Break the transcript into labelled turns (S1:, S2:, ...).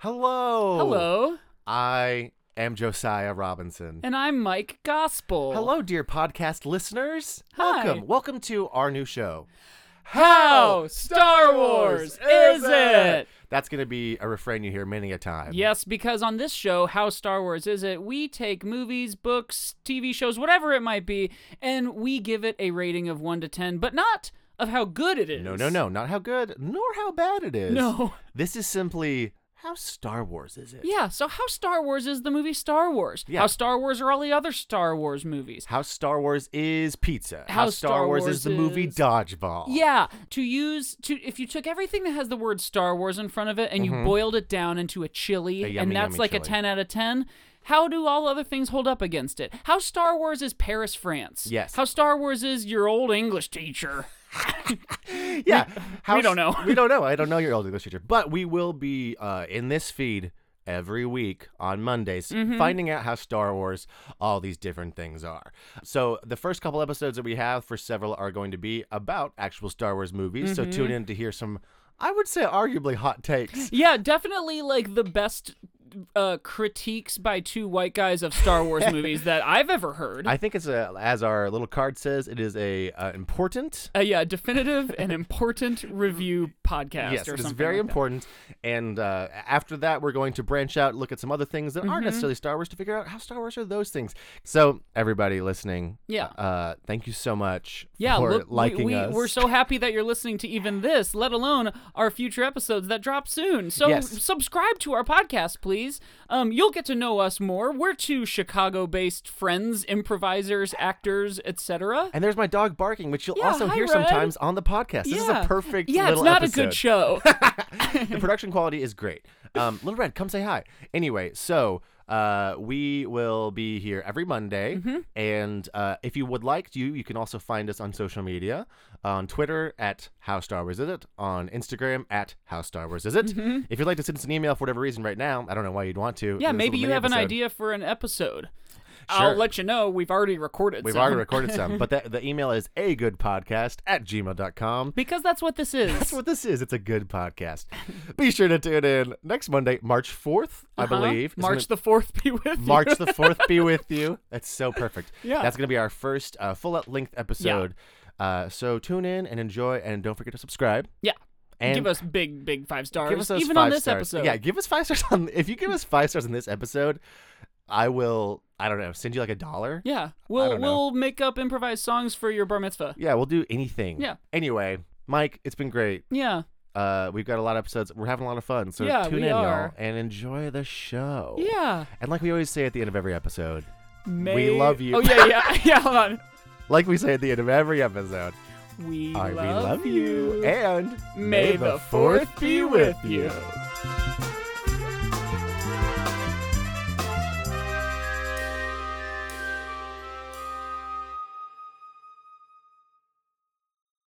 S1: Hello.
S2: Hello,
S1: I am Josiah Robinson.
S2: and I'm Mike Gospel.
S1: Hello, dear podcast listeners.
S2: Hi.
S1: Welcome. Welcome to our new show.
S2: How Star Wars is it?
S1: That's going to be a refrain you hear many a time.
S2: Yes, because on this show, How Star Wars Is It, we take movies, books, TV shows, whatever it might be, and we give it a rating of 1 to 10, but not of how good it is.
S1: No, no, no. Not how good nor how bad it is.
S2: No.
S1: This is simply how Star Wars is it?
S2: Yeah, so How Star Wars is the movie Star Wars.
S1: Yeah.
S2: How Star Wars are all the other Star Wars movies.
S1: How Star Wars is pizza.
S2: How
S1: Star,
S2: Star
S1: Wars,
S2: Wars
S1: is the movie
S2: is-
S1: Dodgeball.
S2: Yeah, to use to if you took everything that has the word Star Wars in front of it and you boiled it down into a chili,
S1: Mm-hmm. A
S2: and
S1: yummy,
S2: that's
S1: yummy
S2: like a
S1: chili.
S2: ten out of ten. How do all other things hold up against it? How Star Wars is Paris, France.
S1: Yes.
S2: How Star Wars is your old English teacher.
S1: yeah. How
S2: we don't
S1: s-
S2: know.
S1: we don't know. I don't know your old English teacher, but we will be uh, in this feed every week on Mondays,
S2: Mm-hmm.
S1: finding out how Star Wars, all these different things are. So the first couple episodes that we have for several are going to be about actual Star Wars movies. So tune
S2: Mm-hmm.
S1: in to hear some, I would say, arguably hot takes.
S2: Yeah, definitely like the best uh, critiques by two white guys of Star Wars movies that I've ever heard.
S1: I think it's a, as our little card says, it is a uh, important.
S2: uh, yeah, definitive and important review podcast.
S1: Yes,
S2: or
S1: it is
S2: something
S1: very
S2: like that.
S1: important. And uh, after that, we're going to branch out, look at some other things that
S2: Mm-hmm.
S1: aren't necessarily Star Wars to figure out how Star Wars are those things. So, everybody listening,
S2: Yeah.
S1: uh, thank you so much
S2: Yeah,
S1: for
S2: look, we-
S1: liking
S2: we,
S1: us.
S2: We're so happy that you're listening to even this, let alone our future episodes that drop soon. So
S1: Yes.
S2: subscribe to our podcast, please. Um, you'll get to know us more. We're two Chicago-based friends, improvisers, actors, etc.
S1: and there's my dog barking, which you'll
S2: Yeah,
S1: also
S2: hi,
S1: hear
S2: Red.
S1: sometimes on the podcast. This is a perfect
S2: Yeah,
S1: little
S2: it's not
S1: episode.
S2: a good show.
S1: the production quality is great. Um, Little Red, come say hi. Anyway, so uh, we will be here every Monday,
S2: Mm-hmm.
S1: and uh, if you would like to, you can also find us on social media, on Twitter at How Star Wars Is It, on Instagram at How Star Wars Is It. If you'd like to send us an email for whatever reason right now, I don't know why you'd want to.
S2: Mm-hmm. yeah,
S1: in this
S2: maybe
S1: little
S2: you
S1: mini
S2: have an
S1: episode.
S2: idea for an episode. I'll
S1: Sure.
S2: let you know. We've already recorded.
S1: We've
S2: some.
S1: already recorded some, but the, the email is a good podcast at gmail.com.
S2: because that's what this
S1: That's
S2: is.
S1: what this is. It's a good podcast. Be sure to tune in next Monday, March 4th, I
S2: Huh?
S1: believe. It's gonna-
S2: Uh-huh. March the fourth be with you.
S1: March the 4th be with you. That's so perfect.
S2: Yeah.
S1: That's going to be our first uh, full length episode. Uh, so tune in and enjoy, and don't forget to subscribe.
S2: Yeah.
S1: And
S2: give us big, big five stars.
S1: give us those
S2: even
S1: five
S2: on this
S1: stars.
S2: episode.
S1: Yeah, give us five stars. on If you give us five stars on this episode, I will, I don't know, send you like a dollar.
S2: Yeah,
S1: don't
S2: we'll
S1: know.
S2: we'll make up improvised songs for your bar mitzvah.
S1: Yeah, we'll do anything.
S2: Yeah.
S1: Anyway, Mike, it's been great.
S2: Yeah,
S1: Uh, we've got a lot of episodes. We're having a lot of fun. So
S2: Yeah,
S1: tune
S2: we
S1: in, y'all,
S2: are.
S1: and enjoy the show.
S2: yeah.
S1: And like we always say at the end of every episode,
S2: May-
S1: love you.
S2: Oh yeah, yeah, yeah. Hold on.
S1: like we say at the end of every episode,
S2: We
S1: I
S2: love,
S1: we love you. And
S2: May the fourth be with you.